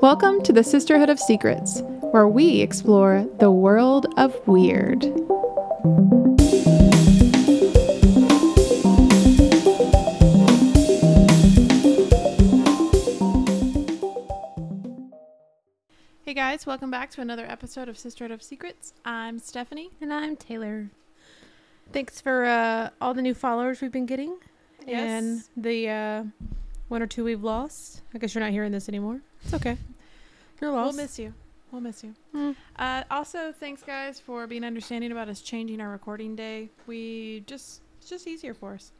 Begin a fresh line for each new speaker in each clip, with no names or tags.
Welcome to the Sisterhood of Secrets, where we explore the world of weird. Hey guys, welcome back to another episode of Sisterhood of Secrets. I'm Stephanie.
And I'm Taylor. Thanks for uh, all the new followers we've been getting. And the uh, one or two we've lost. I guess you're not hearing this anymore. It's okay. You're
we'll
lost.
miss you. We'll miss you.
Mm.
Uh, also, thanks guys for being understanding about us changing our recording day. We just it's just easier for us.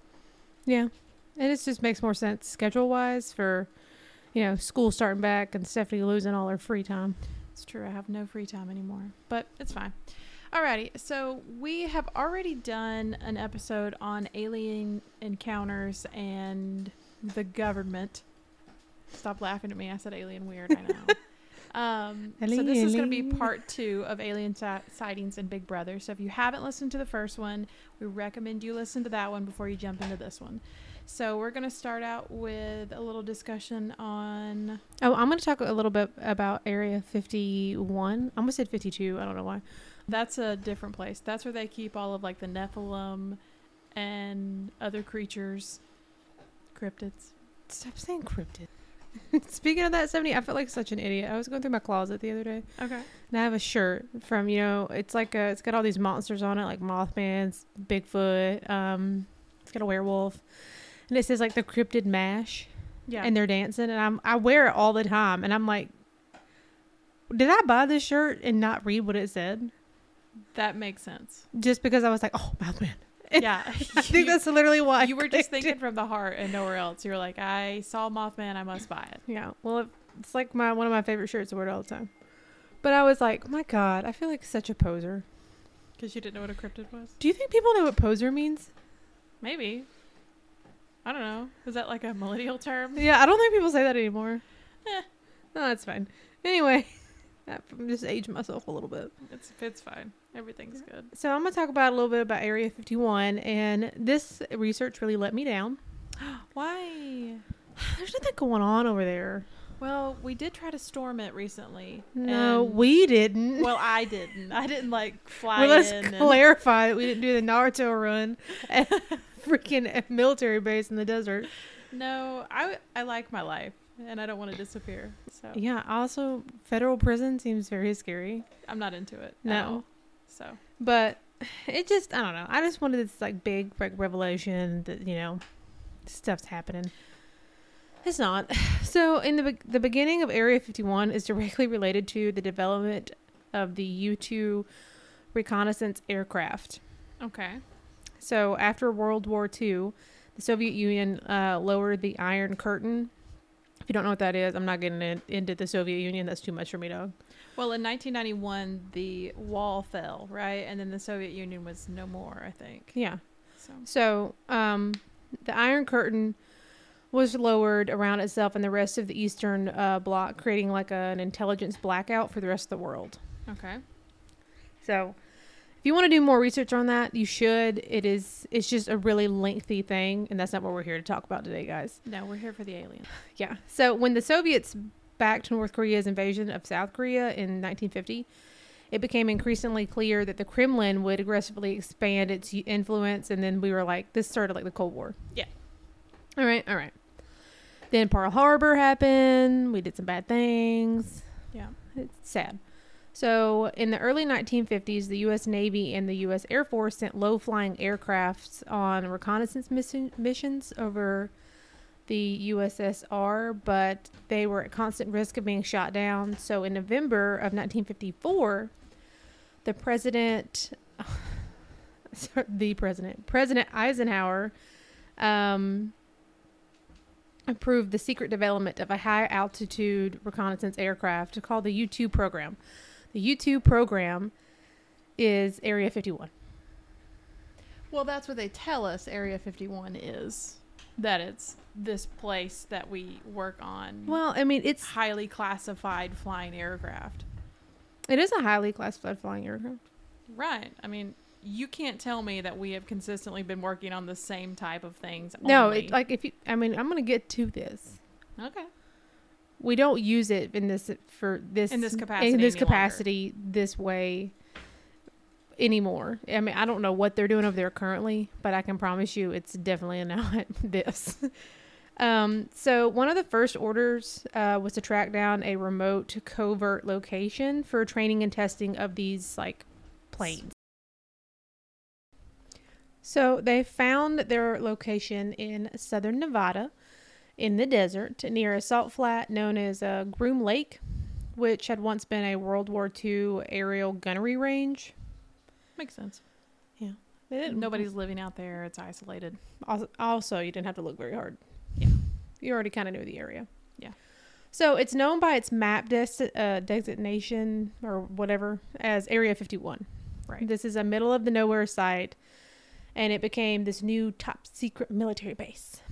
Yeah. And it just makes more sense schedule wise for, you know, school starting back and Stephanie losing all her free time.
It's true. I have no free time anymore, but it's fine. Alrighty. So we have already done an episode on alien encounters and the government. Stop laughing at me. I said alien weird. I know. um, so this is going to be
Alien.
part two of alien si- sightings and Big Brother. So if you haven't listened to the first one, we recommend you listen to that one before you jump into this one. So we're going to start out with a little discussion on
Oh, I'm going to talk a little bit about Area 51. I almost said 52. I don't know why.
That's a different place. That's where they keep all of like the Nephilim and other creatures, cryptids.
Stop saying cryptid. Speaking of that 70, I felt like such an idiot. I was going through my closet the other day.
Okay.
And I have a shirt from, you know, it's like a, it's got all these monsters on it, like Mothman's, Bigfoot, um, it's got a werewolf. And it says like the cryptid mash
Yeah.
and they're dancing and I'm I wear it all the time and I'm like did I buy this shirt and not read what it said?
that makes sense.
Just because I was like, Oh, Mothman.
Yeah.
I think that's literally why I
you were just
clicked
thinking from the heart and nowhere else. You were like, I saw Mothman, I must buy it.
it. Yeah. Well it, it's like my one of my favorite shirts I wear it all the time. But I was like, My God, I feel like such a poser.
Because you didn't know what a cryptid was?
Do you think people know what poser means?
Maybe. I don't know. Is that like a millennial term?
Yeah, I don't think people say that anymore.
Eh.
No, that's fine. Anyway, I'm just aged myself a little bit.
It's it's fine. Everything's good.
So I'm gonna talk about a little bit about Area 51, and this research really let me down.
Why?
There's nothing going on over there.
Well, we did try to storm it recently.
No,
and-
we didn't.
Well, I didn't. I didn't like fly
Well, let's
in. and-
clarify that we didn't do the Naruto run at freaking military base in the desert.
No, I I like my life and I don't want to disappear. So
Yeah. Also, federal prison seems very scary.
I'm not into it. at
No.
all. So
but it just i don't know i just wanted this like big like revelation that you know stuff's happening it's not so in the be- the beginning of area 51 is directly related to the development of the u-2 reconnaissance aircraft
okay.
so after world war ii the soviet union uh, lowered the iron curtain if you don't know what that is i'm not getting in- into the soviet union that's too much for me dog
Well, in 1991, the wall fell, right? And then the Soviet Union was no more, I think.
yeah
So
So, um, the Iron Curtain was lowered around itself and the rest of the Eastern uh, Bloc, creating like an intelligence blackout for the rest of the world.
okay,
So, if you want to do more research on that, you should. It is. It's just a really lengthy thing, and that's not what we're here to talk about today, guys.
no, we're here for the alien.
Yeah. So when the Soviets backed North Korea's invasion of South Korea in 1950, it became increasingly clear that the Kremlin would aggressively expand its u- influence, and then we were like, this started like the Cold War.
Yeah.
All right. All right. Then Pearl Harbor happened. We did some bad things.
Yeah.
It's sad. So, in the early 1950s, the U.S. Navy and the U.S. Air Force sent low flying aircrafts on reconnaissance mission- missions over the USSR, but they were at constant risk of being shot down. So, in November of 1954, the president, sorry, the president, President Eisenhower, um, approved the secret development of a high altitude reconnaissance aircraft called the U 2 program. The U 2 program is Area 51.
Well, that's what they tell us. Area 51 is that it's this place that we work on.
Well, I mean, it's
highly classified flying aircraft.
it is a highly classified flying aircraft.
Right. I mean, you can't tell me that we have consistently been working on the same type of things.
No,
only.
it, like if you, I mean, I'm gonna get to this.
okay.
we don't use it in this for this
In this capacity
in this
any longer.
capacity this way anymore. I mean, I don't know what they're doing over there currently, but I can promise you it's definitely not this. Um, so one of the first orders uh, was to track down a remote covert location for training and testing of these like planes. So they found their location in southern Nevada, in the desert near a salt flat known as uh, Groom Lake, which had once been a World War II aerial gunnery range.
Makes sense.
They didn't-
Nobody's living out there. It's isolated.
Al- Also, you didn't have to look very hard.
Yeah.
You already kind of knew the area.
Yeah.
So it's known by its map desi- uh, designation or whatever as Area 51.
Right.
This is a middle of the nowhere site, and it became this new top secret military base.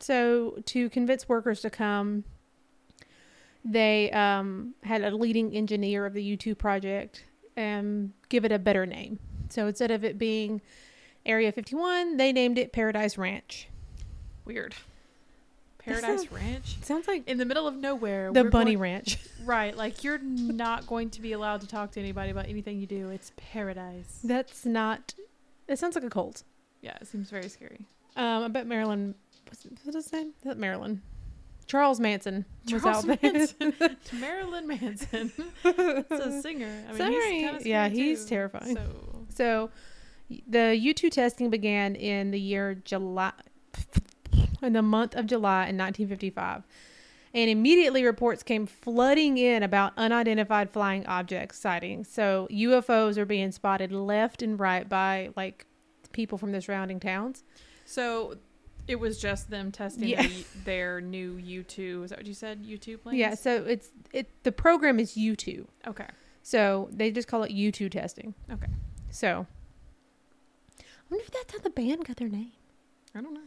So to convince workers to come, they um, had a leading engineer of the U2 project um, give it a better name. So instead of it being Area 51, they named it Paradise Ranch.
Weird.
That
Paradise Ranch.
It sounds like
In the middle of nowhere.
the
we're
Bunny
going-
Ranch.
Right. Like you're not going to be allowed to talk to anybody about anything you do. It's paradise.
That's not. It sounds like a cult.
Yeah, it seems very scary.
Um, I bet Marilyn. Was it, what's his name? That Marilyn. Charles Manson was
Charles
out there.
Manson. Marilyn Manson. it's a singer. I mean,
Sorry.
he's kind of
Yeah, he's terrifying.
So
So, the U two testing began in the year July, in the month of July in 1955, and immediately reports came flooding in about unidentified flying objects sightings. So UFOs are being spotted left and right by like people from the surrounding towns.
So it was just them testing
Yeah.
the, their new U2. Is that what you said? U2 planes?
Yeah. So it's it the program is U two.
Okay.
So they just call it U2 testing.
Okay.
So I wonder if that's how the band got their name.
I don't know.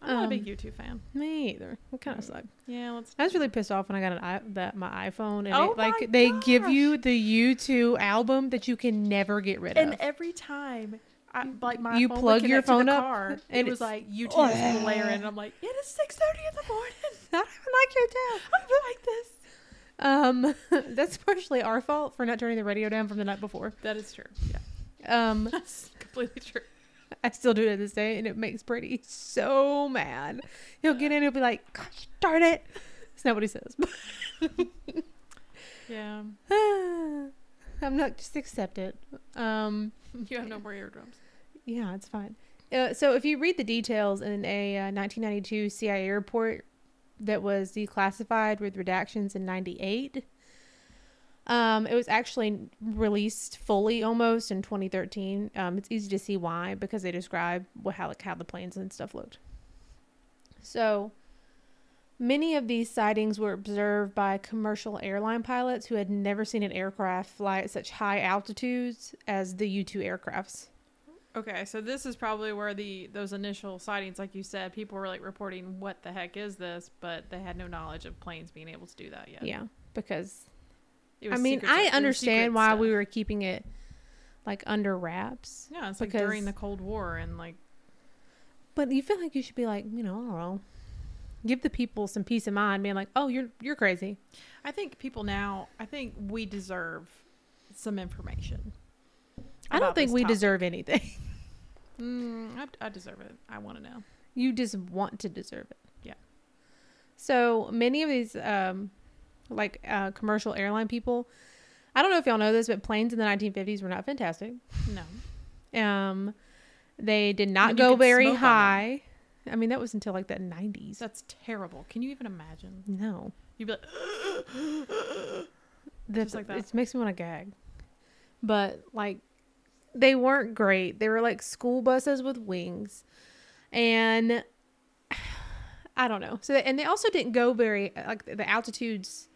I'm not a big
Um,
U2 fan.
Me either. It kind of sucked.
Yeah, let's.
I was really pissed off when I got an i that my iPhone and
Oh
it, like
my
they give
gosh.
you the U2 album that you can never get rid
And
of.
every time, I, like my
You
phone would
plug your
connect to the
phone up,
car, it
and
was
it's-
like U2 was blaring. And I'm like, it is 6:30 in the morning.
I don't like your town.
I'm like this.
Um, that's partially our fault for not turning the radio down from the night before.
That is true. Yeah,
Um,
that's completely true.
I still do it to this day, and it makes Brady so mad. He'll get in and he'll be like, "Gosh darn it!" That's not what he says.
Yeah,
I'm not just accept it. Um,
you have no more eardrums.
yeah, it's fine. Uh, so if you read the details in a uh, 1992 CIA report that was declassified with redactions in 98, um, it was actually released fully almost in 2013. Um, it's easy to see why because they describe wh- how like how the planes and stuff looked. So many of these sightings were observed by commercial airline pilots who had never seen an aircraft fly at such high altitudes as the U-2 aircrafts.
Okay, so this is probably where the those initial sightings, like you said, people were like reporting, "What the heck is this?" But they had no knowledge of planes being able to do that yet.
Yeah, because
It
I
was
mean,
secret stuff- it
I
was secret
understand why we
stuff.
were keeping it like under wraps,
Yeah, it's like
because-
during the Cold War and like
but you feel like you should be like, you know, I don't know, give the people some peace of mind, being like, oh, you're you're crazy.
I think people now, I think we deserve some information.
I don't
about
think
this
we
topic.
deserve anything.
Mm, I, I deserve it. I want to know.
you just want to deserve it.
Yeah.
So many of these, um, like uh, commercial airline people, I don't know if y'all know this, but planes in the 1950s were not fantastic.
No,
Um, they did not
mean, you
go
could
very
smoke on them.
high. I mean, that was until like the 90s.
that's terrible. Can you even imagine?
No.
You'd be like,
That's
like
like
that.
It makes me want to gag. But like they weren't great. They were like school buses with wings. And I don't know. So and they also didn't go very like the altitudes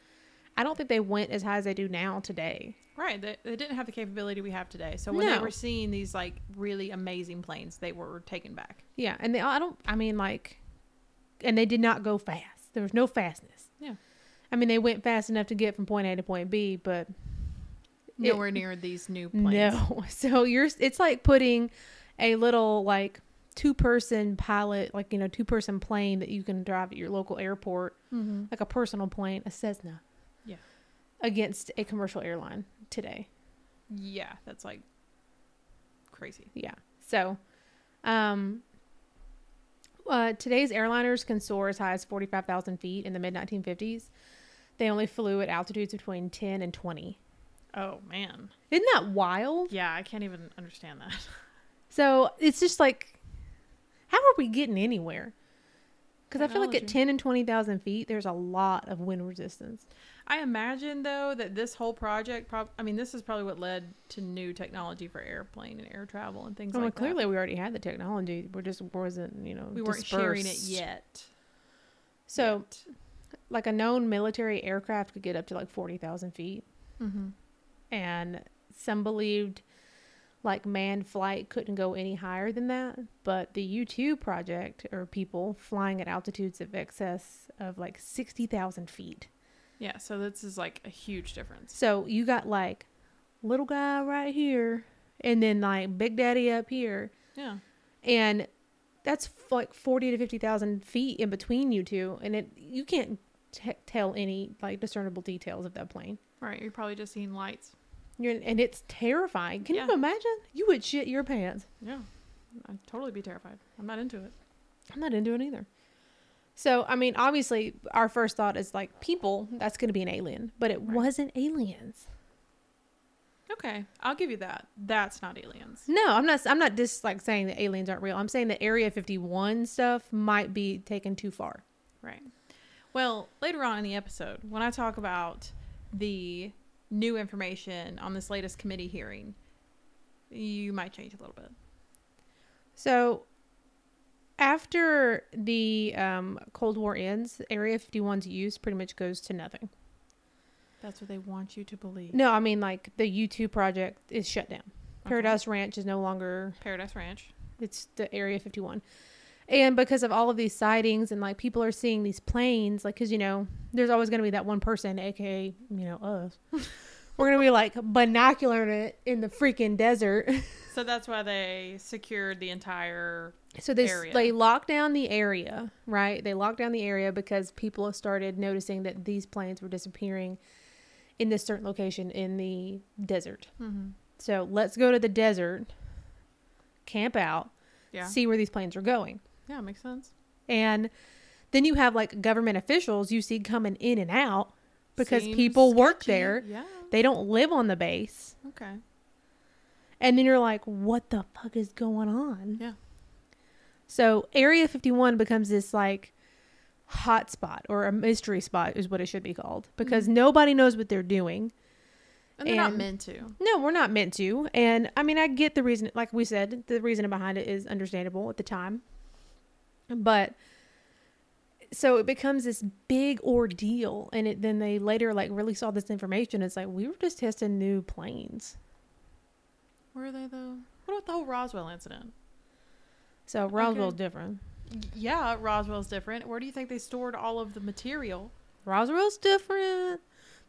I don't think they went as high as they do now today.
right? They, they didn't have the capability we have today. So when they
No.
were seeing these like really amazing planes, they were taken back.
Yeah, and they I don't I mean like and they did not go fast. There was no fastness.
Yeah.
I mean they went fast enough to get from point A to point B, but It-
Nowhere near these new planes.
No. So you're it's like putting a little like two person pilot, like, you know, two person plane that you can drive at your local airport,
Mm-hmm.
like a personal plane, a Cessna.
Yeah.
Against a commercial airline today.
Yeah, that's like crazy.
Yeah. So, um, uh, today's airliners can soar as high as 45,000 feet in the mid 1950s. They only flew at altitudes between 10 and 20.
Oh man.
Isn't that wild?
Yeah, I can't even understand that.
So it's just like, how are we getting anywhere? Because I feel like at
Technology.
10 and 20,000 feet, there's a lot of wind resistance.
I imagine though that this whole project, prob- I mean, this is probably what led to new technology for airplane and air travel and things
well,
like
clearly, we already had the technology. We just wasn't, you know,
that. We weren't sharing it
dispersed.
yet.
So, like a known military aircraft could get up to like 40,000 feet.
mm-hmm.
and some believed like manned flight couldn't go any higher than that but the u2 project or people flying at altitudes of excess of like 60000 feet
yeah, so this is like a huge difference.
so you got like little guy right here and then like big daddy up here
Yeah,
and that's f- like 40 to 50000 feet in between you two and it you can't t- tell any like discernible details of that plane
right. You're probably just seeing lights.
You're, and it's terrifying can
Yeah.
you imagine you would shit your pants
Yeah, I'd totally be terrified. I'm not into it.
I'm not into it either. So, I mean, obviously, our first thought is like people, that's going to be an alien, but it
Right.
wasn't aliens.
Okay, I'll give you that. That's not aliens.
No, I'm not, I'm not just like saying that aliens aren't real. I'm saying that Area 51 stuff might be taken too far.
Right. Well, later on in the episode, when I talk about the new information on this latest committee hearing, you might change a little bit.
So, after the um, Cold War ends, Area 51's use pretty much goes to nothing.
That's what they want you to believe.
No, I mean, like the U2 project is shut down.
Okay.
Paradise Ranch is no longer
Paradise Ranch.
it's the area 51 and because of all of these sightings and like people are seeing these planes like because you know there's always going to be that one person aka you know us we're going to be like binocular it in the freaking desert
So that's why they secured the entire.
so they s-
Area.
they lock down the area right they lock down the area because people have started noticing that these planes were disappearing in this certain location in the desert
Mm-hmm.
so let's go to the desert camp out
Yeah.
see where these planes are going
Yeah, makes sense.
And then you have like government officials you see coming in and out because
Seems
people work
sketchy.
there.
Yeah.
They don't live on the base.
Okay.
And then you're like, what the fuck is going on?
Yeah.
So Area 51 becomes this like hot spot or a mystery spot is what it should be called because
Mm-hmm.
nobody knows what they're doing.
And they're not
And-
meant to.
No, we're not meant to. And I mean, I get the reason, like we said, the reason behind it is understandable at the time. But so it becomes this big ordeal. And it, then they later like release all this information. It's like, we were just testing new planes.
Were they though? What about the whole Roswell incident?
So Roswell's different.
Y- Yeah, Roswell's different. Where do you think they stored all of the material?
Roswell's different.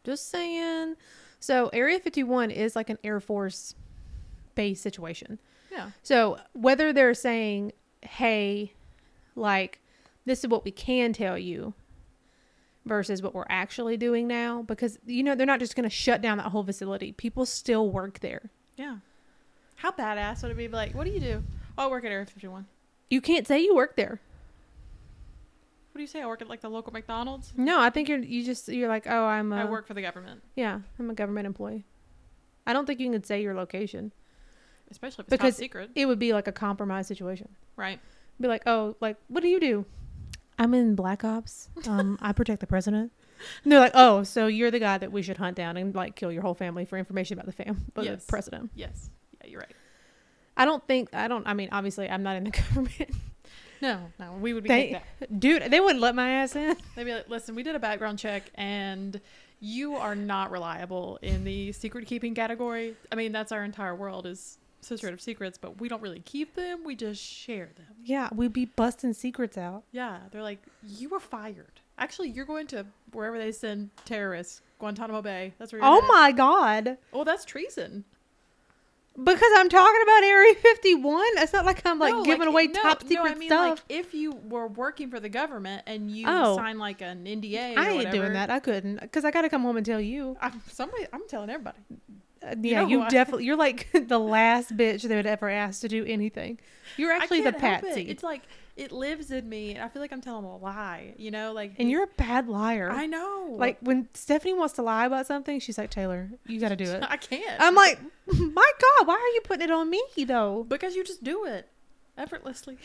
Just saying. So Area 51 is like an Air Force base situation.
Yeah.
So whether they're saying, "Hey, like this is what we can tell you," versus what we're actually doing now, because you know they're not just going to shut down that whole facility. People still work there.
Yeah. How badass would it be? Like, what do you do? Oh, I work at Area 51.
You can't say you work there.
What do you say? I work at like the local McDonald's.
No, I think you're you just you're like, "Oh, I'm a
I work for the government,
yeah, I'm a government employee." I don't think you can say your location.
especially if it's
Because-
top secret,
It would be like a compromise situation.
right?
Be like, "Oh, like what do you do?" I'm in Black Ops. Um, I protect the president. And they're like, oh, so you're the guy that we should hunt down and like kill your whole family for information about the fam, about
Yes.
the president.
Yes. Yeah, you're right.
I don't think I don't. I mean, obviously, I'm not in the government,
No, no, we would be
They-
kicked out.
dude. They wouldn't let my ass in.
They'd be like, listen, we did a background check and you are not reliable in the secret keeping category. I mean, that's our entire world is Sisterhood of Secrets, but we don't really keep them. We just share them.
Yeah, we'd be busting secrets out.
Yeah. They're like, you were fired. Actually, you're going to wherever they send terrorists, Guantanamo Bay. That's where you're
oh
headed.
my god,
Well, that's treason.
Because I'm talking about Area 51. It's not like I'm like
No,
giving away
no,
top secret
no, I mean,
stuff.
Like, if you were working for the government and you
Oh.
sign like an NDA,
I
or
ain't doing
whatever,
that. I couldn't because I got to come home and tell you.
I'm, somebody, I'm telling everybody.
Uh,
You
yeah,
know
you
what?
definitely. You're like the last bitch they would ever ask to do anything. You're
I
actually the
can't help it.
patsy,
It's like it lives in me, and I feel like I'm telling a lie. You know, like
and you're a bad liar.
I know,
like when Stephanie wants to lie about something, she's like Taylor, you got to do it.
I can't.
I'm like, my God, why are you putting it on me though?
because you just do it effortlessly.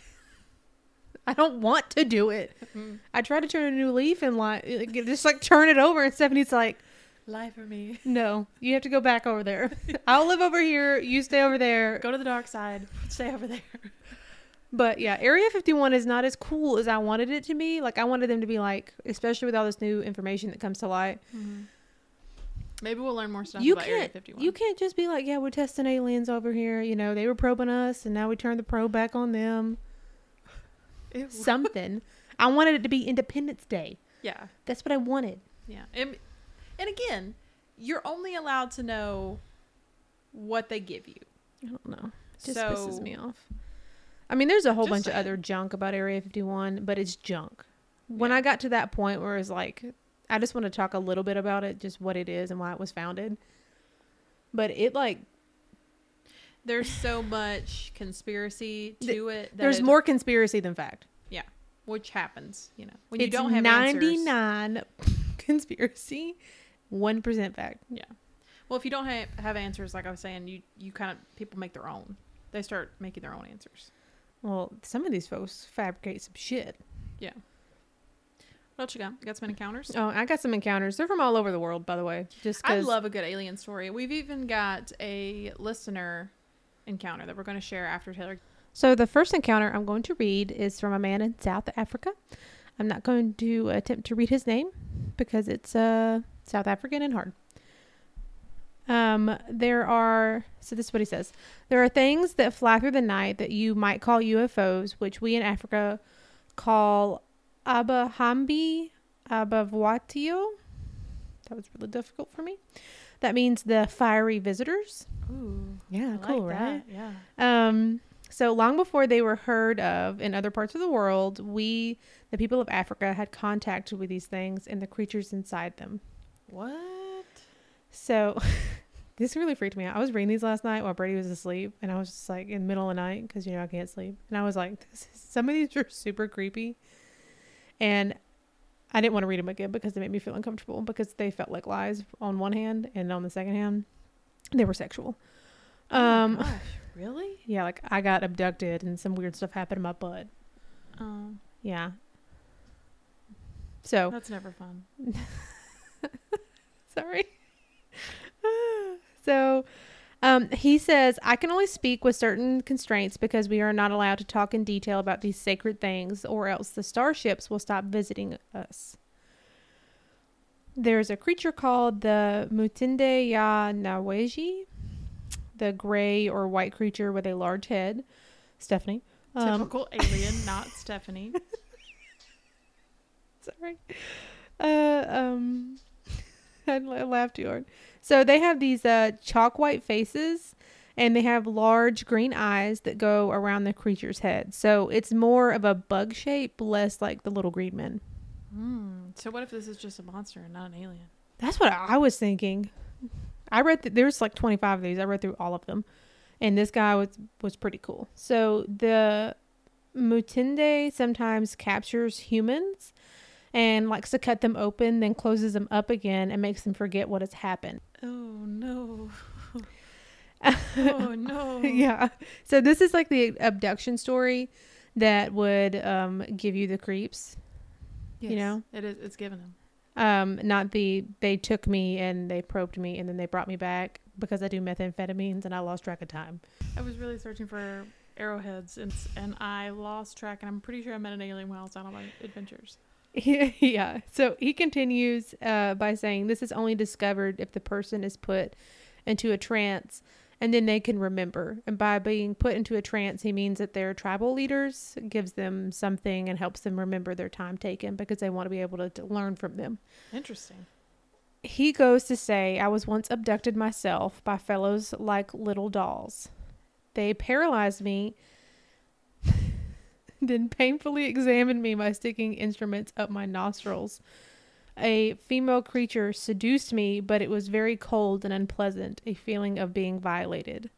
I don't want to do it. I try to turn a new leaf and like just like turn it over, and Stephanie's like,
Lie for me.
no, you have to go back over there. I'll live over here. You stay over there.
Go to the dark side. Stay over there.
But yeah, Area 51 is not as cool as I wanted it to be. Like I wanted them to be like, especially with all this new information that comes to light.
Maybe we'll learn more stuff
Mm-hmm. you
about Area
can't
51.
you can't just be like, yeah, we're testing aliens over here. You know, they were probing us and now we turn the probe back on them.
Ew.
Something. I wanted it to be Independence Day.
yeah,
That's what I wanted.
yeah. And, and again, you're only allowed to know what they give you.
I don't know. It just
so
pisses me off. I mean, there's a whole
Just
bunch
saying.
of other junk about Area 51, but it's junk. When I got to that point where it's like, I just want to talk a little bit about it, just what it is and why it was founded. But it like
There's so much conspiracy
Th-
to it. That
there's
it-
more conspiracy than fact.
which happens. You know, when you
It's
don't have answers.
99 conspiracy, one percent fact.
Well, if you don't have, have answers, like I was saying, you you kind of people make their own. They start making their own answers.
Well, some of these folks fabricate some shit.
What else you got? You got some encounters?
Oh, I got some encounters. They're from all over the world, by the way. Just
I
'cause-
love a good alien story. We've even got a listener encounter that we're going to share after Taylor.
So the first encounter I'm going to read is from a man in South Africa. I'm not going to attempt to read his name because it's uh, South African and hard. Um, there are so this is what he says. There are things that fly through the night that you might call UFOs, which we in Africa call abahambi abavwatio. That was really difficult for me. That means the fiery visitors.
Ooh,
Yeah,
Yeah,
um, so long before they were heard of in other parts of the world, we, the people of Africa, had contact with these things and the creatures inside them.
what?
So this really freaked me out. I was reading these last night while Brady was asleep, and I was just like in the middle of the night because you know I can't sleep, and I was like, this is, some of these are super creepy, and I didn't want to read them again because they made me feel uncomfortable because they felt like lies on one hand, and on the second hand, they were sexual.
Oh my
Um.
gosh, really?
Yeah, like I got abducted and some weird stuff happened in my butt.
Um,
Yeah. So
that's never fun.
sorry. so um, he says, I can only speak with certain constraints because we are not allowed to talk in detail about these sacred things, or else the starships will stop visiting us. There's a creature called the Mutinde Ya Naweji, the gray or white creature with a large head. Stephanie. Um,
Typical alien, not Stephanie.
Sorry. Uh, um, I la- laughed too hard. So they have these uh, chalk white faces, and they have large green eyes that go around the creature's head. So it's more of a bug shape, less like the little green men.
Hmm. So what if this is just a monster and not an alien?
That's what I was thinking. I read th- there's like 25 of these. I read through all of them, and this guy was was pretty cool. So the Mutinde sometimes captures humans and likes to cut them open, then closes them up again and makes them forget what has happened.
Oh no. oh no.
yeah. So this is like the abduction story that would um, give you the creeps. you know?
It is it's given them.
Um, not the they took me and they probed me and then they brought me back because I do methamphetamines and I lost track of time.
I was really searching for arrowheads and and I lost track and I'm pretty sure I met an alien while I was out on my adventures.
yeah. So he continues uh, by saying, This is only discovered if the person is put into a trance and then they can remember. And by being put into a trance, he means that their tribal leaders gives them something and helps them remember their time taken because they want to be able to, to learn from them.
Interesting.
he goes to say, I was once abducted myself by fellows like little dolls. They paralyzed me, then painfully examined me by sticking instruments up my nostrils. A female creature seduced me, but it was very cold and unpleasant, a feeling of being violated.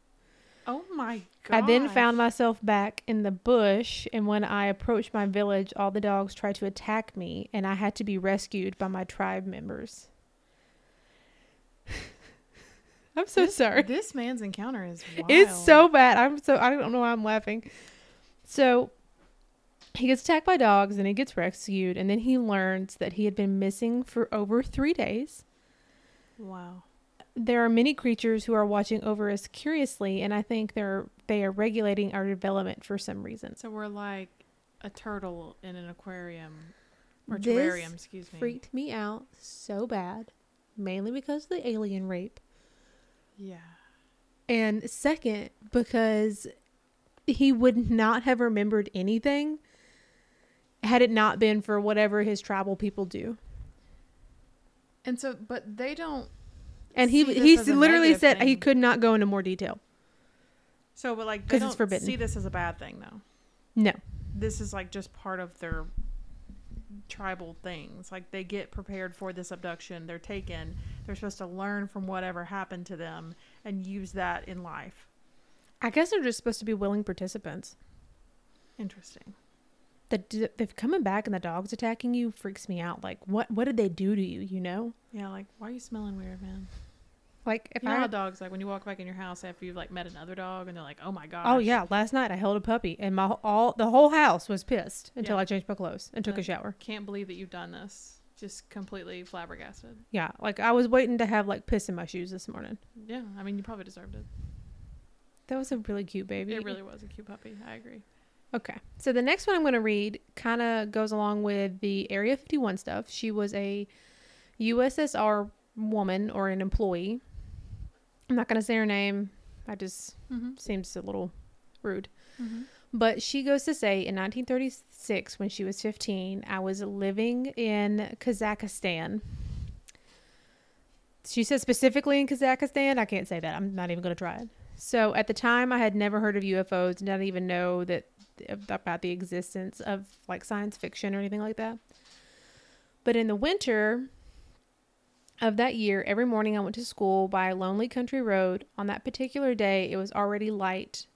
Oh my god.
I then found myself back in the bush, and when I approached my village, all the dogs tried to attack me, and I had to be rescued by my tribe members. I'm so
This-
sorry.
This man's encounter is wild.
It's so bad. I'm so I don't know why I'm laughing. So he gets attacked by dogs and he gets rescued and then he learns that he had been missing for over 3 days.
wow.
There are many creatures who are watching over us curiously and I think they're they are regulating our development for some reason.
So we're like a turtle in an aquarium or
This
terrarium, excuse me.
Freaked me out so bad, mainly because of the alien rape.
Yeah.
And second, because he would not have remembered anything had it not been for whatever his tribal people do.
And so but they don't
And he
See this
he
as a
literally
negative
said he
thing.
could not go into more detail.
so but like
'Cause
they
it's
don't
forbidden.
see this as a bad thing though.
No.
This is like just part of their tribal things. Like they get prepared for this abduction, they're taken, they're supposed to learn from whatever happened to them and use that in life.
I guess they're just supposed to be willing participants.
Interesting.
The they've coming back and the dogs attacking you freaks me out. Like what what did they do to you, you know?
Yeah, like why are you smelling weird, man?
Like if
you know
I
how dogs like when you walk back in your house after you've like met another dog and they're like, "Oh my god."
Oh yeah, last night I held a puppy and my all the whole house was pissed until
Yeah. Uh-huh.
I changed my clothes and took a
Yeah.
shower.
Can't believe that you've done this. Just completely flabbergasted.
Yeah, like I was waiting to have like piss in my shoes this morning.
Yeah, I mean, you probably deserved it.
That was a really cute baby.
It really was a cute puppy. I agree.
Okay. So the next one I'm going to read kind of goes along with the Area 51 stuff. She was a USSR woman or an employee. I'm not going to say her name. I just
Mm-hmm.
seems a little rude.
Mm-hmm.
But she goes to say in 1936, when she was 15, I was living in Kazakhstan. She says specifically in Kazakhstan. I can't say that. I'm not even going to try it. So at the time, I had never heard of UFOs, did not even know that about the existence of like science fiction or anything like that. But in the winter of that year, every morning I went to school by a lonely country road. On that particular day, it was already light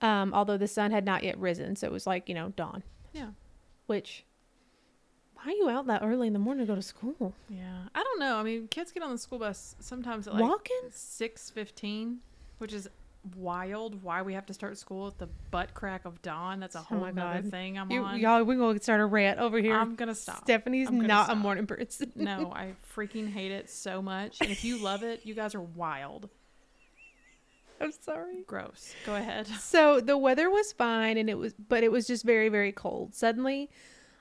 um, although the sun had not yet risen, so it was like you know dawn.
Yeah.
Which, why are you out that early in the morning to go to school?
Yeah. I don't know. I mean, kids get on the school bus sometimes at like
Walking?
6:15, which is wild. Why we have to start school at the butt crack of dawn? That's a
Oh
whole
my
other
God.
thing I'm
You,
on.
y'all, we're gonna start a rant over here.
I'm going to stop.
Stephanie's
I'm gonna
not
stop.
a morning person.
no, I freaking hate it so much. And if you love it, you guys are wild.
I'm sorry.
Gross. Go ahead.
So the weather was fine, and it was, but it was just very, very cold. Suddenly,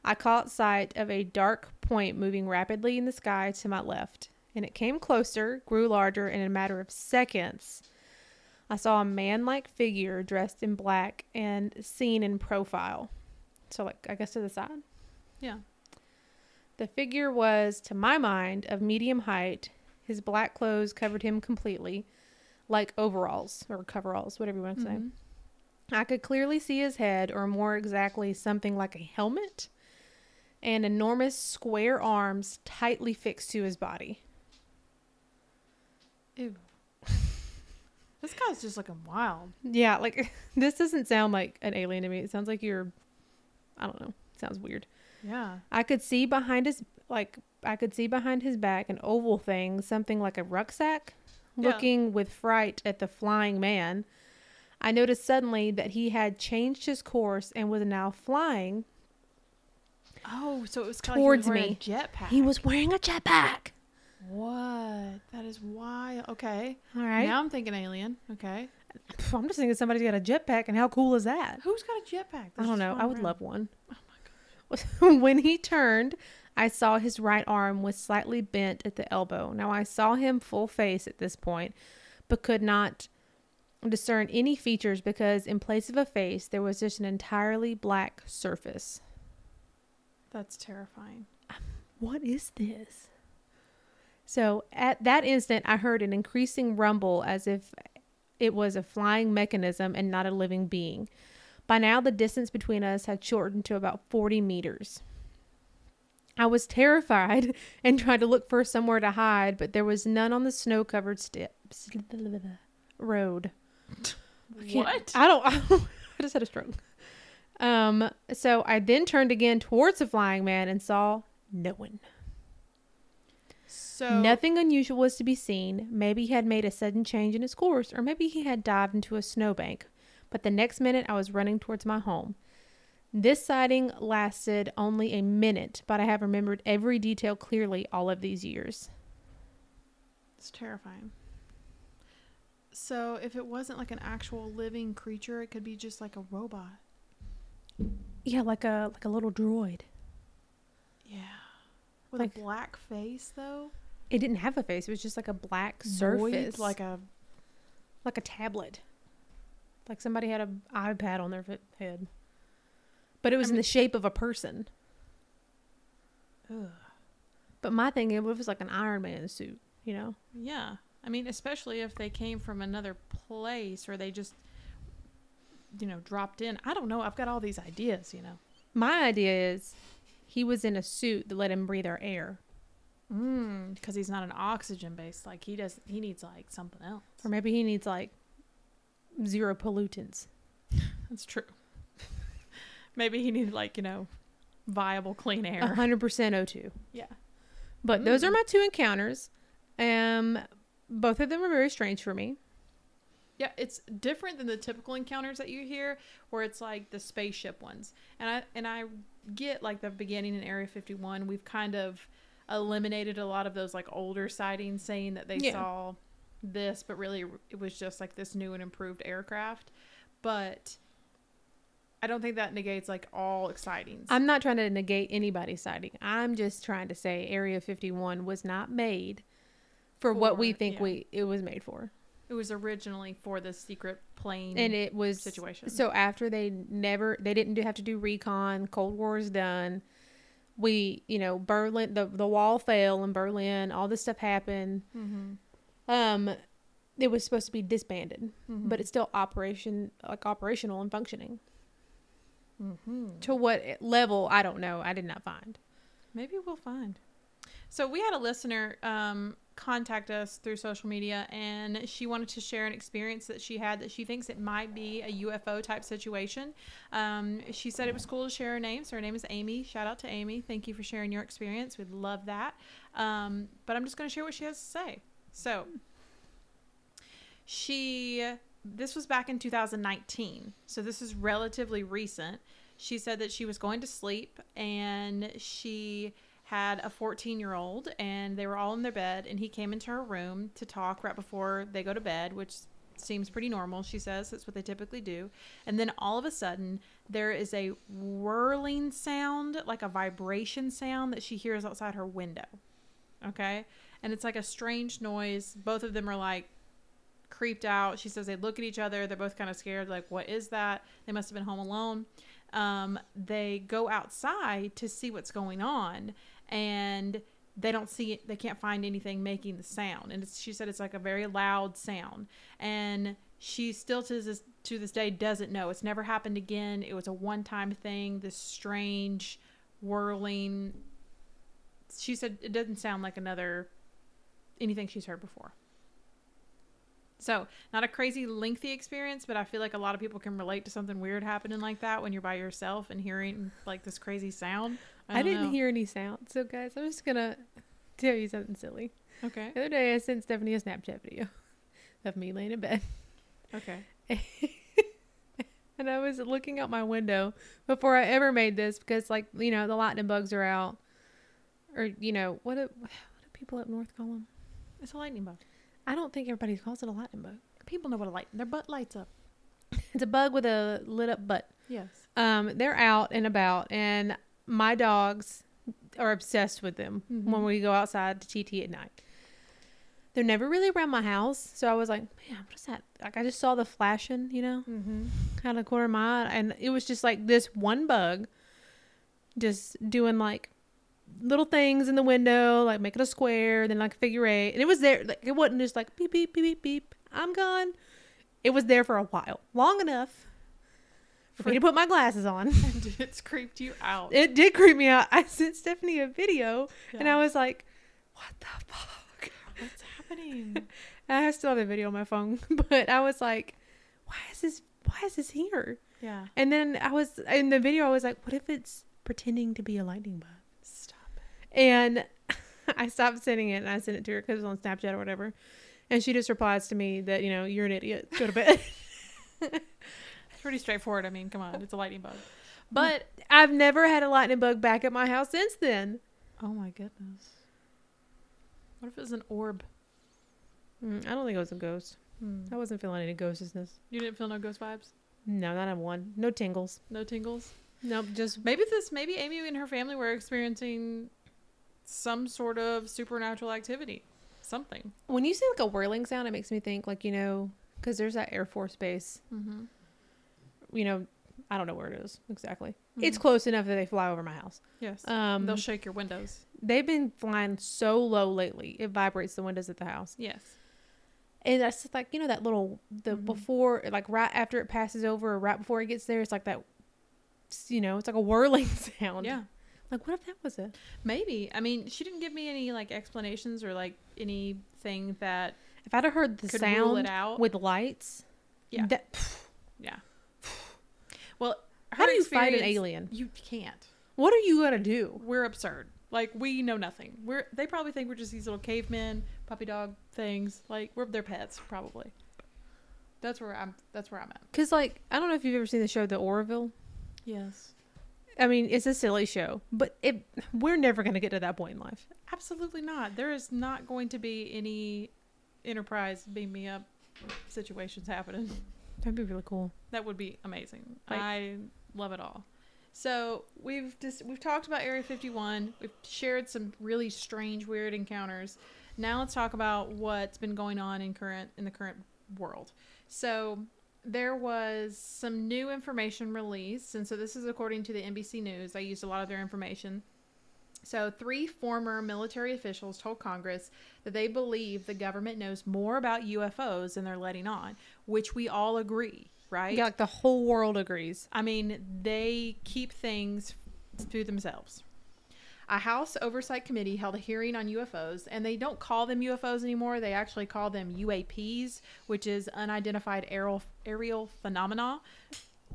I caught sight of a dark point moving rapidly in the sky to my left, and it came closer, grew larger, and in a matter of seconds, I saw a man-like figure dressed in black and seen in profile. So, like, I guess to the side.
Yeah.
The figure was, to my mind, of medium height. His black clothes covered him completely, like overalls or coveralls, whatever you want to
Mhm.
say. I could clearly see his head, or more exactly, something like a helmet, and enormous square arms tightly fixed to his body.
Ew. this guy's just looking wild.
Yeah, like this doesn't sound like an alien to me. It sounds like you're, I don't know, sounds weird.
Yeah.
I could see behind his like I could see behind his back an oval thing, something like a rucksack.
Yeah.
Looking with fright at the flying man, I noticed suddenly that he had changed his course and was now flying.
Oh, so it was kinda
Towards
like
me.
Jetpack.
He was wearing a jetpack.
What? That is wild. Okay.
All right.
Now I'm thinking alien. Okay.
Pff, I'm just thinking somebody's got a jetpack, and how cool is that?
Who's got a jetpack?
I don't know. I would love one.
Oh
when he turned, I saw his right arm was slightly bent at the elbow. Now I saw him full face at this point, but could not discern any features because in place of a face there was just an entirely black surface.
That's terrifying.
What is this? So at that instant, I heard an increasing rumble as if it was a flying mechanism and not a living being. By now, the distance between us had shortened to about 40 meters. I was terrified and tried to look for somewhere to hide, but there was none on the snow covered steps. Road. I can't-
What?
I don't. I just had a stroke. Um. So I then turned again towards the flying man and saw no one.
So
Nothing unusual was to be seen. Maybe he had made a sudden change in his course, or maybe he had dived into a snowbank. But the next minute, I was running towards my home. This sighting lasted only a minute, but I have remembered every detail clearly all of these years.
It's terrifying. So if it wasn't like an actual living creature, it could be just like a robot.
Yeah, like a like a little droid.
Yeah. With
Like-
a black face though.
It didn't have a face. It was just like a black
Void,
surface,
like a
like a tablet. Like somebody had an iPad on their fit- head. But it was in
mean-
the shape of a person.
ugh.
But my thing, it was like an Iron Man suit, you know?
Yeah. I mean, especially if they came from another place or they just you know, dropped in. I don't know. I've got all these ideas, you know.
My idea is he was in a suit that let him breathe our air.
Mm, because he's not an oxygen based like he does he needs like something else.
Or maybe he needs like zero pollutants.
That's true. Maybe he needed like, you know, viable clean
a
air.
100% O2.
Yeah.
But those are
Mm.
my two encounters. Um, both of them were very strange for me.
Yeah, it's different than the typical encounters that you hear, where it's like the spaceship ones. And I and I get like the beginning in Area 51. We've kind of eliminated a lot of those like older sightings, saying that they
Yeah.
saw this, but really it was just like this new and improved aircraft. But I don't think that negates like all excitings.
I'm not trying to negate anybody's sighting. I'm just trying to say Area 51 was not made for, what we
For-
think
yeah.
we it was made for.
it was originally for the secret plane
And it was
Mm-hmm. situation.
So after they never, they didn't do, have to do recon. Cold War is done. We, you know, Berlin, the the wall fell in Berlin. All this stuff happened.
Mhm.
Um, it was supposed to be disbanded, but
Mhm.
it's still operation like operational and functioning.
Mhm.
To what level? I don't know. I did not find.
Maybe we'll find. So we had a listener um, contact us through social media, and she wanted to share an experience that she had that she thinks it might be a UFO type situation. Um, she said it was cool to share her name, so her name is Amy. Shout out to Amy! Thank you for sharing your experience. We'd love that. Um, but I'm just going to share what she has to say. So she, this was back in 2019, so this is relatively recent. She said that she was going to sleep and she had a 14 year old and they were all in their bed and he came into her room to talk right before they go to bed, which seems pretty normal. She says that's what they typically do. And then all of a sudden, there is a whirling sound, like a vibration sound that she hears outside her window. Okay. And it's like a strange noise. Both of them are like creeped out. She says they look at each other. They're both kind of scared. Like, what is that? They must have been home alone. Um, they go outside to see what's going on, and they don't see it. They can't find anything making the sound. And it's, she said it's like a very loud sound. And she still to this to this day doesn't know. It's never happened again. It was a one time thing. This strange whirling. She said it doesn't sound like another anything she's heard before. So, not a crazy lengthy experience, but I feel like a lot of people can relate to something weird happening like that when you're by yourself and hearing like this crazy sound.
I,
don't
didn't
know.
hear any sound. So guys, I'm just gonna tell you something silly.
Okay.
The other day, I sent Stephanie a Snapchat video of me laying in bed.
Okay.
and I was looking out my window before I ever made this because, like, you know, the lightning bugs are out, or you know, what do, what do people up north call them?
It's a lightning bug.
I don't think everybody calls it a lightning bug.
People know what a light. Their butt lights up.
It's a bug with a lit up butt.
Yes.
Um, they're out and about, and my dogs are obsessed with them
Mhm.
when we go outside to TT at night. They're never really around my house, so I was like, man, what is that? Like, I just saw the flashing, you know.
Mm-hmm.
out of the corner of my eye, and it was just like this one bug just doing like little things in the window, like make it a square, then like a figure eight. And it was there. Like, it wasn't just like beep, beep, beep, beep, beep. I'm gone. It was there for a while, long enough for me to put my glasses on.
And it's creeped you out.
It did creep me out. I sent Stephanie a video and I was like, what the fuck?
What's happening?
I still have the video on my phone, but I was like, why is this? Why is this here?
Yeah.
And then I was in the video. I was like, what if it's pretending to be a lightning bug?
Stop.
And I stopped sending it and I sent it to her because it was on Snapchat or whatever. And she just replies to me that, you know, you're an idiot. Go to bed.
It's pretty straightforward. I mean, come on, it's a lightning bug. But
I've never had a lightning bug back at my house since then.
oh my goodness, what if it was an orb?
Mm, I don't think it was a ghost.
Hmm.
I wasn't feeling any ghostlessness.
You didn't feel no ghost vibes,
No, not a one. No tingles.
no tingles.
Nope, just
Maybe this, maybe Amy and her family were experiencing some sort of supernatural activity, something.
when you say like a whirling sound, it makes me think like you know because there's that Air Force base.
Mm-hmm.
You know, I don't know where it is exactly. It's
Mhm.
close enough that they fly over my house.
Yes,
Um,
they'll shake your windows.
they've been flying so low lately, it vibrates the windows at the house.
Yes.
And that's just like you know that little the
Mhm.
before like right after it passes over or right before it gets there, it's like that. You know, it's like a whirling sound.
Yeah.
Like what if that was it?
Maybe. I mean, she didn't give me any like explanations or like anything that
If I'd have heard the
could rule it
sound
out.
with lights,
Yeah.
that-
yeah. Well,
how
her
do you fight an
experience-
alien?
You can't.
What are you gonna do?
We're absurd. Like we know nothing. We're they probably think we're just these little cavemen, puppy dog things. Like we're their pets probably. That's where I'm. That's where I'm at.
Because like I don't know if you've ever seen the show The Orville.
Yes.
I mean, it's a silly show, but it we're never going to get to that point in life.
Absolutely not. There is not going to be any enterprise beam me up situations happening.
That'd be really cool.
That would be amazing.
Like-
I love it all. So we've just we've talked about Area 51. We've shared some really strange, weird encounters. Now let's talk about what's been going on in current in the current world. So there was some new information released, and so this is according to the NBC News. I used a lot of their information. So three former military officials told Congress that they believe the government knows more about UFOs than they're letting on, which we all agree, right?
Yeah, like the whole world agrees.
I mean, they keep things to themselves. A House Oversight Committee held a hearing on UFOs, and they don't call them UFOs anymore. They actually call them UAPs, which is unidentified aerial, aerial phenomena,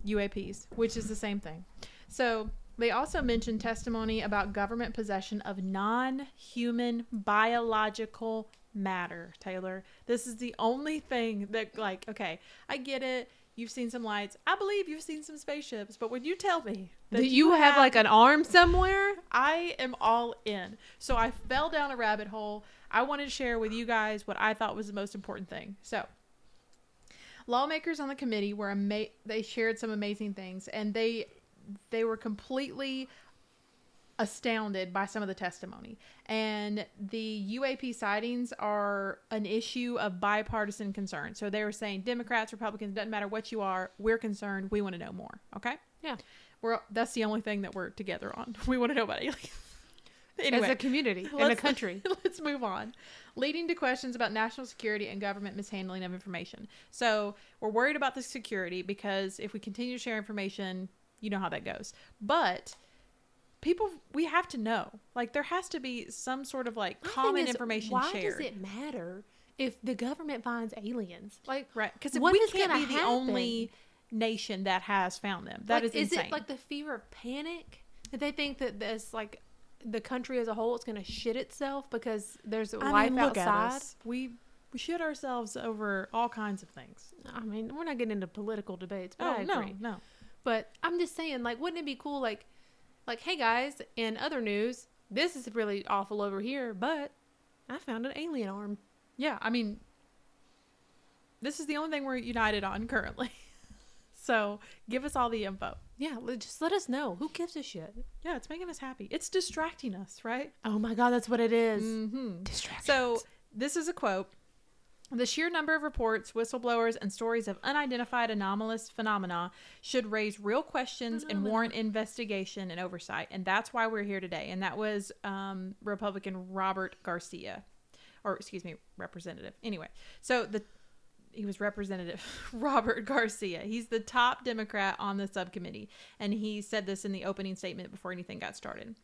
UAPs, which is the same thing. So they also mentioned testimony about government possession of non human biological matter, Taylor. This is the only thing that, like, okay, I get it. You've seen some lights. I believe you've seen some spaceships, but when you tell me
Do you have, like an arm somewhere?
I am all in. So I fell down a rabbit hole. I wanted to share with you guys what I thought was the most important thing. So lawmakers on the committee were ama- they shared some amazing things and they they were completely astounded by some of the testimony. And the UAP sightings are an issue of bipartisan concern. So they were saying Democrats, Republicans, doesn't matter what you are, we're concerned. We want to know more. Okay?
Yeah.
We're that's the only thing that we're together on. We want to know about aliens. anyway,
As a community and a
let's-
country.
Let's move on. Leading to questions about national security and government mishandling of information. So, we're worried about the security because if we continue to share information, you know how that goes. But people, we have to know. Like, there has to be some sort of like common information
Why
shared.
does it matter if the government finds aliens? Like,
right. Because we
what is
can't be
gonna
the
happen?
only nation that has found them. That is insane.
it like the fear of panic that they think that this like the country as a whole is going to shit itself because there's
I
life
mean, look at
outside?
us. We, we shit ourselves over all kinds of things.
I mean, we're not getting into political debates, but I
Oh,
agree.
no, no.
But I'm just saying, like, wouldn't it be cool, like, like, hey guys, in other news, this is really awful over here, but I found an alien arm.
Yeah, I mean, this is the only thing we're united on currently. so give us all the info.
Yeah, let- just let us know. Who gives a shit?
Yeah, it's making us happy. It's distracting us, right?
Oh my god, that's what it is.
Mm-hmm.
Distraction.
So this is a quote. The sheer number of reports, whistleblowers, and stories of unidentified anomalous phenomena should raise real questions and
Phenomena.
warrant investigation and oversight. And that's why we're here today. And that was um, Republican Robert Garcia, or excuse me, Representative. Anyway, so the he was Representative Robert Garcia. He's the top Democrat on the subcommittee. And he said this in the opening statement before anything got started.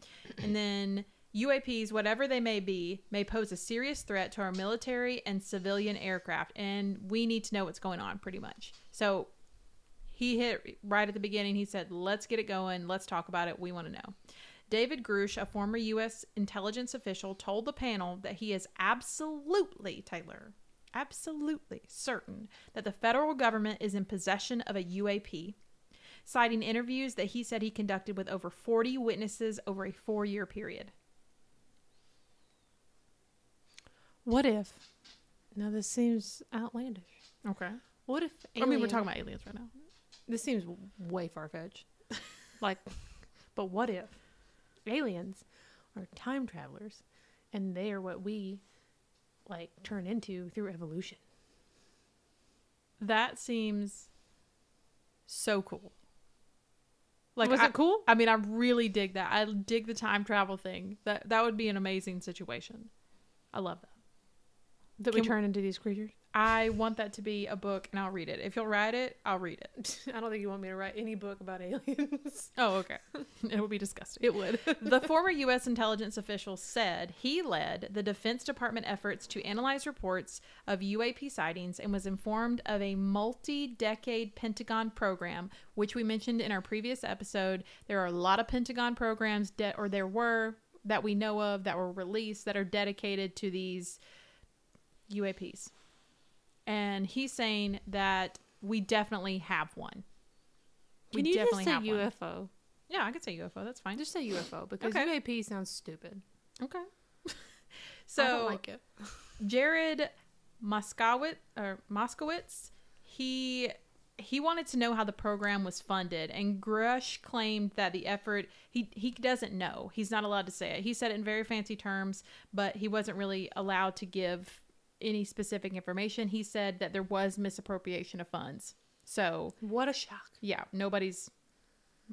And then UAPs, whatever they may be, may pose a serious threat to our military and civilian aircraft. And we need to know what's going on, pretty much. So he hit right at the beginning. He said, let's get it going. Let's talk about it. We want to know. David Grush, a former U.S. intelligence official, told the panel that he is absolutely, Taylor, absolutely certain that the federal government is in possession of a UAP, citing interviews that he said he conducted with over 40 witnesses over a four year period.
What if? Now this seems outlandish.
Okay.
What if?
I mean, we're
alien-
talking about aliens right now.
This seems w- way far fetched. like, but what if aliens are time travelers, and they are what we like turn into through evolution?
That seems so cool. Like,
was
I,
it cool?
I mean, I really dig that. I dig the time travel thing. That that would be an amazing situation. I love that.
That we
Can-
turn into these creatures?
I want that to be a book, and I'll read it. If you'll write it, I'll read it.
I don't think you want me to write any book about aliens.
Oh, okay. it would be disgusting.
it would.
the former U.S. intelligence official said he led the Defense Department efforts to analyze reports of UAP sightings and was informed of a multi decade Pentagon program, which we mentioned in our previous episode. There are a lot of Pentagon programs, de- or there were, that we know of that were released that are dedicated to these UAPs. And he's saying that we definitely have one.
Can you just say UFO?
Yeah, I could say UFO. That's fine.
Just say UFO because
Okay.
UAP sounds stupid.
Okay.
I
so
don't like it.
Jared Moskowitz or Moskowitz, he he wanted to know how the program was funded, and Grush claimed that the effort he he doesn't know. He's not allowed to say it. He said it in very fancy terms, but he wasn't really allowed to give any specific information. He said that there was misappropriation of funds. So
What a shock.
yeah, nobody's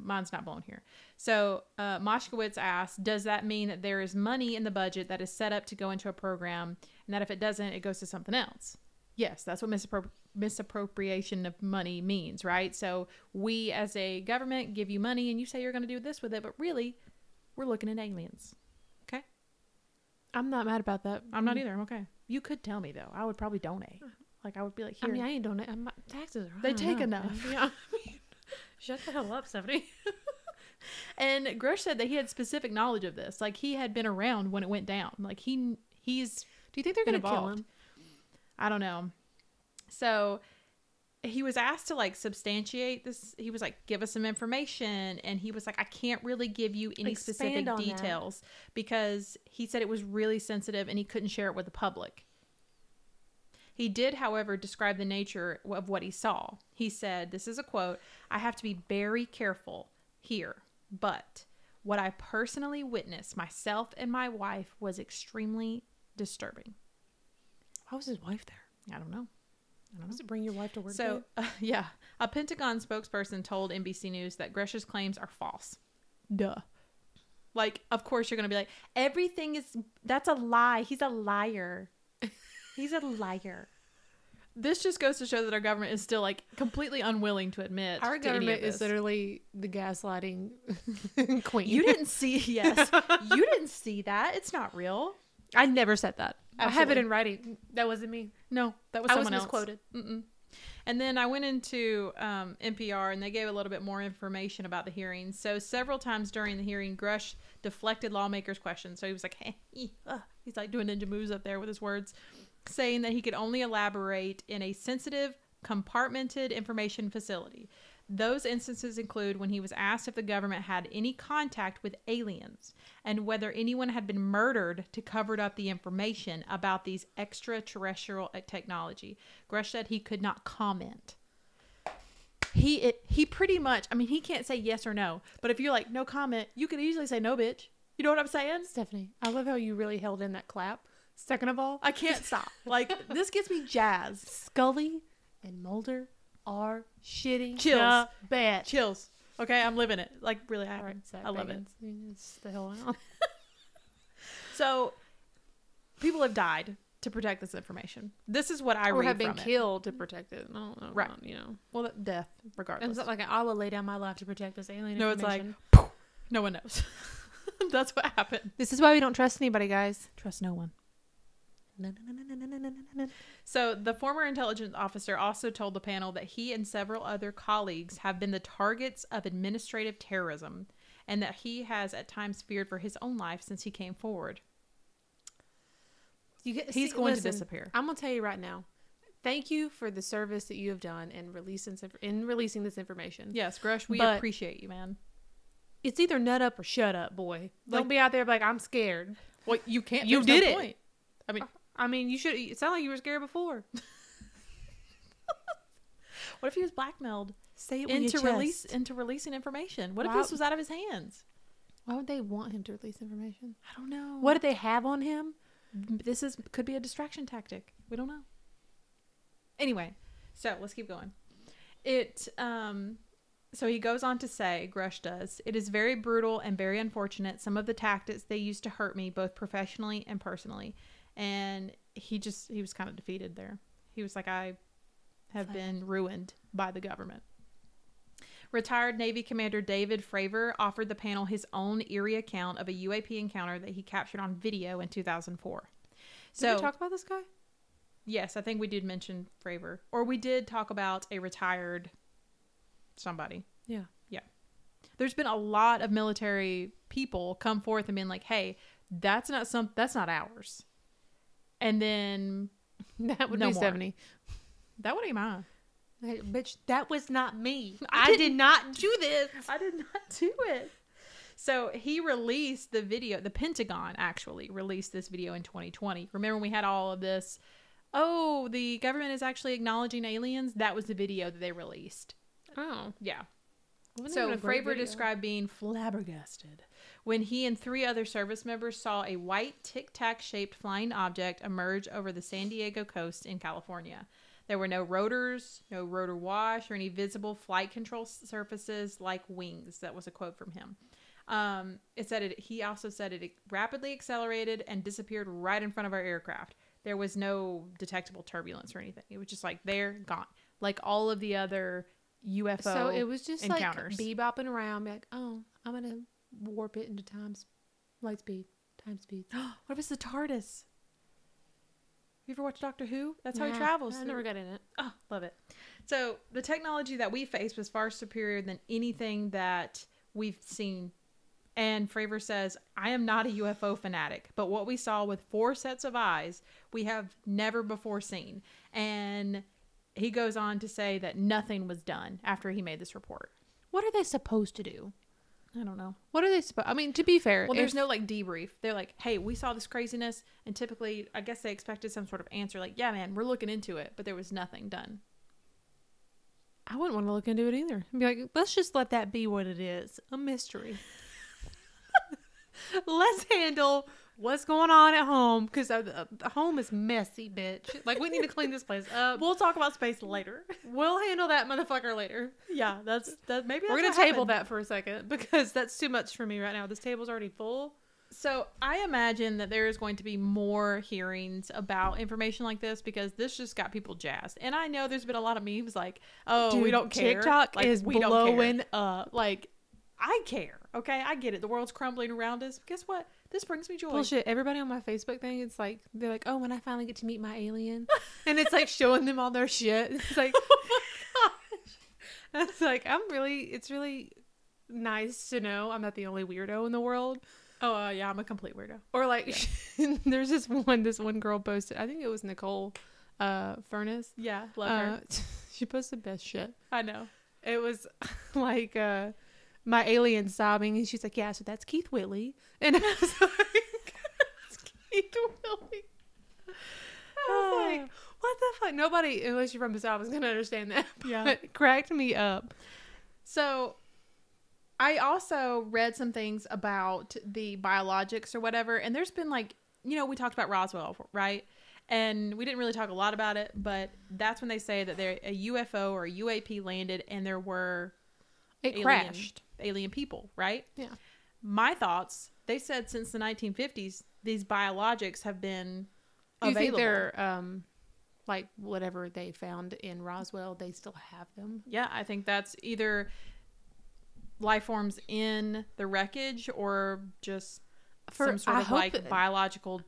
mine's not blown here. So uh, Moshkowitz asked, does that mean that there is money in the budget that is set up to go into a program, and that if it doesn't, it goes to something else? Yes, that's what misappro- misappropriation of money means, right? So we as a government give you money, and you say you're going to do this with it, but really, we're looking at aliens. Okay,
I'm not mad about that.
I'm not either. I'm okay. Mm-hmm. You could tell me though. I would probably donate. Like I would be like,
I
here.
mean, I ain't donate. I'm not, taxes are
They
high
take
enough,
enough.
man. Yeah. I mean, Shut the hell up, Stephanie.
And Grush said that he had specific knowledge of this. Like he had been around when it went down. Like he he's
Do you think they're
Been
gonna kill
involved.
him?
I don't know. So he was asked to like substantiate this. He was like, give us some information. And he was like, I can't really give you any
Expand
specific
on that.
details because he said it was really sensitive and he couldn't share it with the public. He did, however, describe the nature of what he saw. He said, This is a quote I have to be very careful here, but what I personally witnessed myself and my wife was extremely disturbing.
Why was his wife there?
I don't know.
Was it bring your wife to work?
So,
day?
uh, yeah, a Pentagon spokesperson told NBC News that Gresh's claims are false. Duh. Like, of course, you're going to be like, everything is, that's a lie. He's a liar. He's a liar. This just goes to show that our government is still like completely unwilling to admit to any
our
of
government is
this.
literally the gaslighting queen.
You didn't see, yes, you didn't see that. It's not real.
I never said that. I have it
Absolutely.
in writing. That wasn't me.
No, that was
I was
someone else.
misquoted.
Mm-mm. And then I went into um, NPR and they gave a little bit more information about the hearing. So several times during the hearing, Grush deflected lawmakers' questions. So he was like, "Heh, ee, uh," he's like doing ninja moves up there with his words, saying that he could only elaborate in a sensitive, compartmented information facility. Those instances include when he was asked if the government had any contact with aliens and whether anyone had been murdered to cover up the information about these extraterrestrial e, technology. Grush said he could not comment. He it, he pretty much, I mean, he can't say yes or no. But if you're like no comment, you could easily say no, bitch. You know what I'm saying?
Stephanie, I love how you really held in that clap Second of all,
I can't stop. Like this gets me jazzed.
Scully and Mulder are shitting
Chills.
the bed.
Chills. Okay, I'm living it. Like really, I,
All right, Zach
I love it.
Bagans. I mean, It's the hell out.
So people have died to protect this information. This is what I
or
read
have been
from it.
killed to protect it. I don't know.
Right.
Right. You know.
Well, that- death,
And
regardless.
it's not like I will lay down my life to protect this alien.
no, it's like
information.
no one knows. That's what happened.
this is why we don't trust anybody, guys.
Trust no one.
No, no, no, no, no, no, no, no, no.
So the former intelligence officer also told the panel that he and several other colleagues have been the targets of administrative terrorism, and that he has at times feared for his own life since he came forward.
You get,
He's
see,
going to
listen,
disappear.
I'm gonna tell you right now. Thank you for the service that you have done in releasing this, inf- in releasing this information.
Yes, Grush, we
But-
appreciate you, man.
It's either nut up or shut up, boy.
Like-
don't be out there like I'm scared.
Well, you Uh, can't.
You
there's no
did it.
point. I mean,
I mean, you should. It sounded like you were scared before.
what if he was blackmailed
Say it
into release into releasing information? What if
Why-
this was out of his hands?
Why would they want him to release information?
I don't know.
What did they have on him?
Mm-hmm. this is could be a distraction tactic. We don't know. Anyway, so let's keep going. It um so he goes on to say, Grush does, it is very brutal and very unfortunate, some of the tactics they used to hurt me, both professionally and personally. And he just he was kind of defeated there. He was like, I have been ruined by the government. Retired Navy Commander David Fravor offered the panel his own eerie account of a UAP encounter that he captured on video in 2004.
Did
So,
we talk about this guy?
yes, I think we did mention Fravor, or we did talk about a retired somebody.
Yeah.
There's been a lot of military people come forth and been like, "Hey, that's not some that's not ours," and then
That would
No
be
more.
seventy.
that would be mine.
Hey, bitch, that was not me.
I
I, did not do this.
I did not do it. So he released the video. The Pentagon actually released this video in 2020. Remember, when we had all of this. Oh, the government is actually acknowledging aliens. That was the video that they released.
Oh.
Yeah. So Fravor described being flabbergasted when he and three other service members saw a white tic tac shaped flying object emerge over the San Diego coast in California. There were no rotors, no rotor wash, or any visible flight control s- surfaces like wings. That was a quote from him. Um, it said it. He also said it rapidly accelerated and disappeared right in front of our aircraft. There was no detectable turbulence or anything. It was just like there, gone, like all of the other UFO.
So it was just like
encounters.
bebopping around, be like, oh, I'm gonna warp it into time, s- light speed, time speed.
what if it's the TARDIS? You ever watch Doctor Who? That's how
Nah,
he travels.
I
through-
never got in it.
Oh, love it. So the technology that we faced was far superior than anything that we've seen. And Fravor says, I am not a UFO fanatic, but what we saw with four sets of eyes, we have never before seen. And he goes on to say that nothing was done after he made this report.
What are they supposed to do?
I don't know.
What are they supposed? I mean, to be fair,
Well, there's
if-
no like debrief. They're like, "Hey, we saw this craziness," and typically, I guess they expected some sort of answer, like, "Yeah, man, we're looking into it," but there was nothing done.
I wouldn't want to look into it either. I'd be like, let's just let that be what it is—a mystery. let's handle what's going on at home because uh, the home is messy, bitch. Like we need to clean this place up.
We'll talk about space later.
We'll handle that motherfucker later.
yeah, that's that. Maybe
We're gonna table that for a second because that's too much for me right now. This table's already full.
that. So I imagine that there is going to be more hearings about information like this because this just got people jazzed. And I know there's been a lot of memes like, "Oh, we
Dude,
don't care."
TikTok
like,
is
don't care.
blowing up.
Like, I care. Okay, I get it. The world's crumbling around us. Guess what? This brings me joy.
Bullshit. Everybody on my Facebook thing, it's like they're like, "Oh, when I finally get to meet my alien," and it's like showing them all their shit. It's like,
Oh
it's like I'm really, it's really nice to know I'm not the only weirdo in the world.
Oh uh, yeah, I'm a complete weirdo.
Or like, there's this one, this one girl posted. I think it was Nicole uh, Furnace.
Yeah, love her.
Uh, she posted best shit.
I know.
It was like uh my alien sobbing, and she's like, "Yeah, so that's Keith Whitley," and I was like, "That's Keith Whitley."
Ah.
I was like, "What the fuck?" Nobody, unless you're from the south, is gonna understand that.
Yeah.
But it cracked me up.
So I also read some things about the biologics or whatever, and there's been like you know, we talked about Roswell, right? And we didn't really talk a lot about it, but that's when they say that there a UFO or a UAP landed and there were
It
alien-
crashed.
alien people, right?
Yeah.
My thoughts. They said since the 1950s, these biologics have been
Do you
available.
think they're um, like whatever they found in Roswell, they still have them?
Yeah, I think that's either life forms in the wreckage or just
For-
some sort
I
of
hope
like
that-
biological.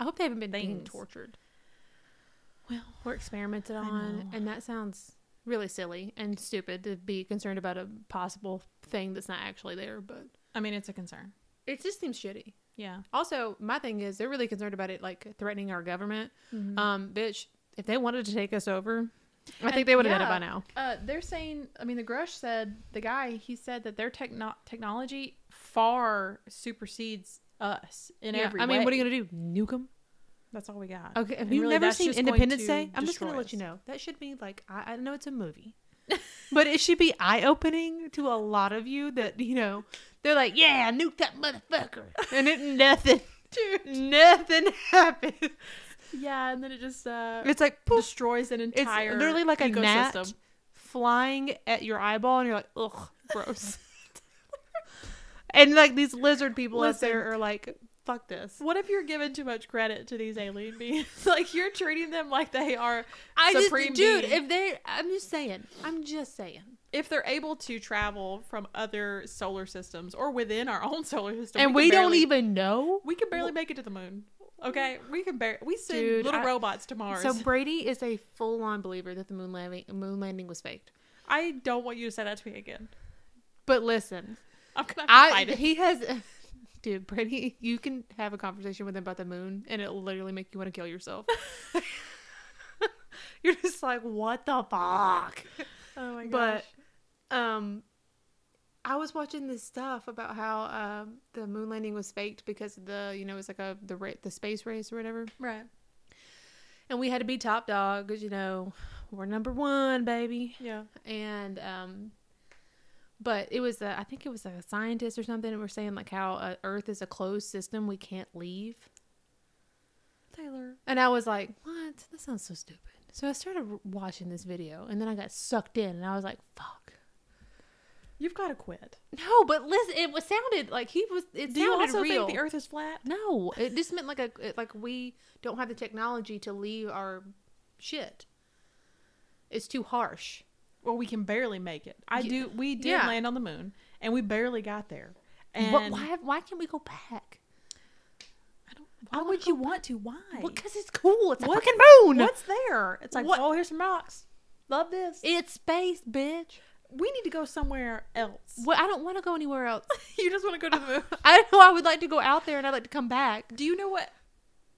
I hope they haven't been being
Things.
tortured
Well,
or experimented
I
on,
know.
and that sounds really silly and stupid to be concerned about a possible thing that's not actually there. But
I mean, it's a concern.
it just seems shitty.
Yeah.
Also, my thing is they're really concerned about it like threatening our government. Um, bitch, if they wanted to take us over, I think
And-
they would have done it
yeah.
by now.
Uh, they're saying, I mean, the Grush said, the guy, he said that their techno- technology far supersedes us in
Yeah,
every
I mean,
way.
what are you gonna do? Nuke them?
That's all we got.
Okay, have
And
you
really,
never
that's
seen
just going
Independence
to
Day? I'm just going
destroy
to let you
us.
know. That should be like I, I know it's a movie, but it should be eye opening to a lot of you. That you know, they're like, "Yeah, nuke that motherfucker," and it nothing, nothing happened.
Yeah, and then it just uh,
It's like poof,
destroys an
it's
entire
literally like a
ecosystem.
gnat flying at your eyeball, and you're like, "Ugh, gross." and like these lizard people
Listen.
out there are like, "Fuck this."
What if you're giving too much credit to these alien beings? like you're treating them like they are
I
Supreme
just, dude,
being.
if they, I'm just saying, I'm just saying.
if they're able to travel from other solar systems or within our own solar system,
And
can
we, don't
barely-
even know.
we can barely make it to the moon. Okay, we can barely we send
Dude,
little
I-
robots to Mars.
So Brady is a full-on believer that the moon landing moon landing was faked.
I don't want you to say that to me again.
But listen,
I'm gonna have to
I
fight it.
he has, dude, Brady. You can have a conversation with him about the moon, and it'll literally make you want to kill yourself. You're just like, what the fuck?
Oh my
but- Um, I was watching this stuff about how um the moon landing was faked because of the you know it's like a the ra- the space race or whatever.
right,
and we had to be top dog because you know we're number one baby
yeah,
and um but it was a, i think it was a scientist or something and we're saying like how uh, earth is a closed system we can't leave
Taylor.
and i was like what that sounds so stupid so i started r- watching this video and then i got sucked in and i was like fuck
You've got to quit.
no but listen it was sounded like he was it
Do you
sounded
also
real
think the Earth is flat?
no it just meant like a it- like we don't have the technology to leave our shit it's too harsh
Well, we can barely make it. I
Ye-
do. We did
yeah.
land on the moon, and we barely got there. And
But why? Why can't we go back?
I don't,
why
why
would
would you want to? Why?
Well, because it's cool. It's a
What-
fucking moon.
What's there? It's like,
What-
oh, here's some rocks. Love this.
It's space, bitch.
we need to go somewhere else.
Well, I don't want to go anywhere else.
you just want to go to the moon.
I know I would like to go out there and I'd like to come back.
Do you know what?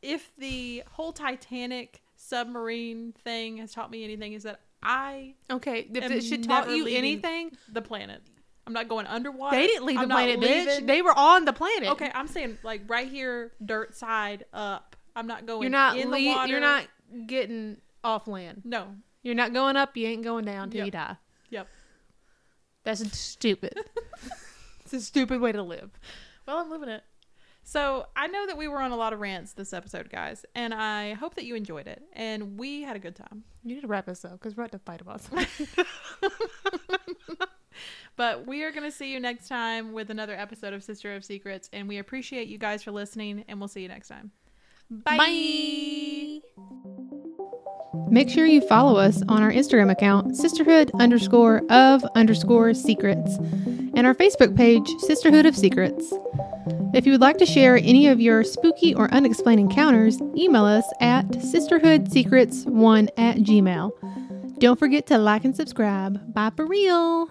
If the whole Titanic submarine thing has taught me anything, is that I
Okay, if
I'm
it should taught
never
you
leaving
anything,
the planet. I'm not going underwater.
they didn't leave
I'm
the
not
planet, bitch.
leaving-
They were on the planet.
okay, I'm saying like right here, dirt side up. I'm not going.
you're not.
in
le-
the water.
you're not getting off land.
No.
You're not going up. You ain't going down till
Yep.
you die.
Yep.
That's stupid. it's a stupid way to live.
Well, I'm living it. So I know that we were on a lot of rants this episode, guys, and I hope that you enjoyed it. And we had a good time.
You need to wrap this up because we're at the fight about something.
But we are going to see you next time with another episode of Sister of Secrets. And we appreciate you guys for listening, and we'll see you next time.
Bye. Make sure you follow us on our Instagram account, sisterhood underscore of underscore secrets, and our Facebook page, Sisterhood of Secrets. If you would like to share any of your spooky or unexplained encounters, email us at sisterhoodsecrets1 at gmail. Don't forget to like and subscribe. Bye for real.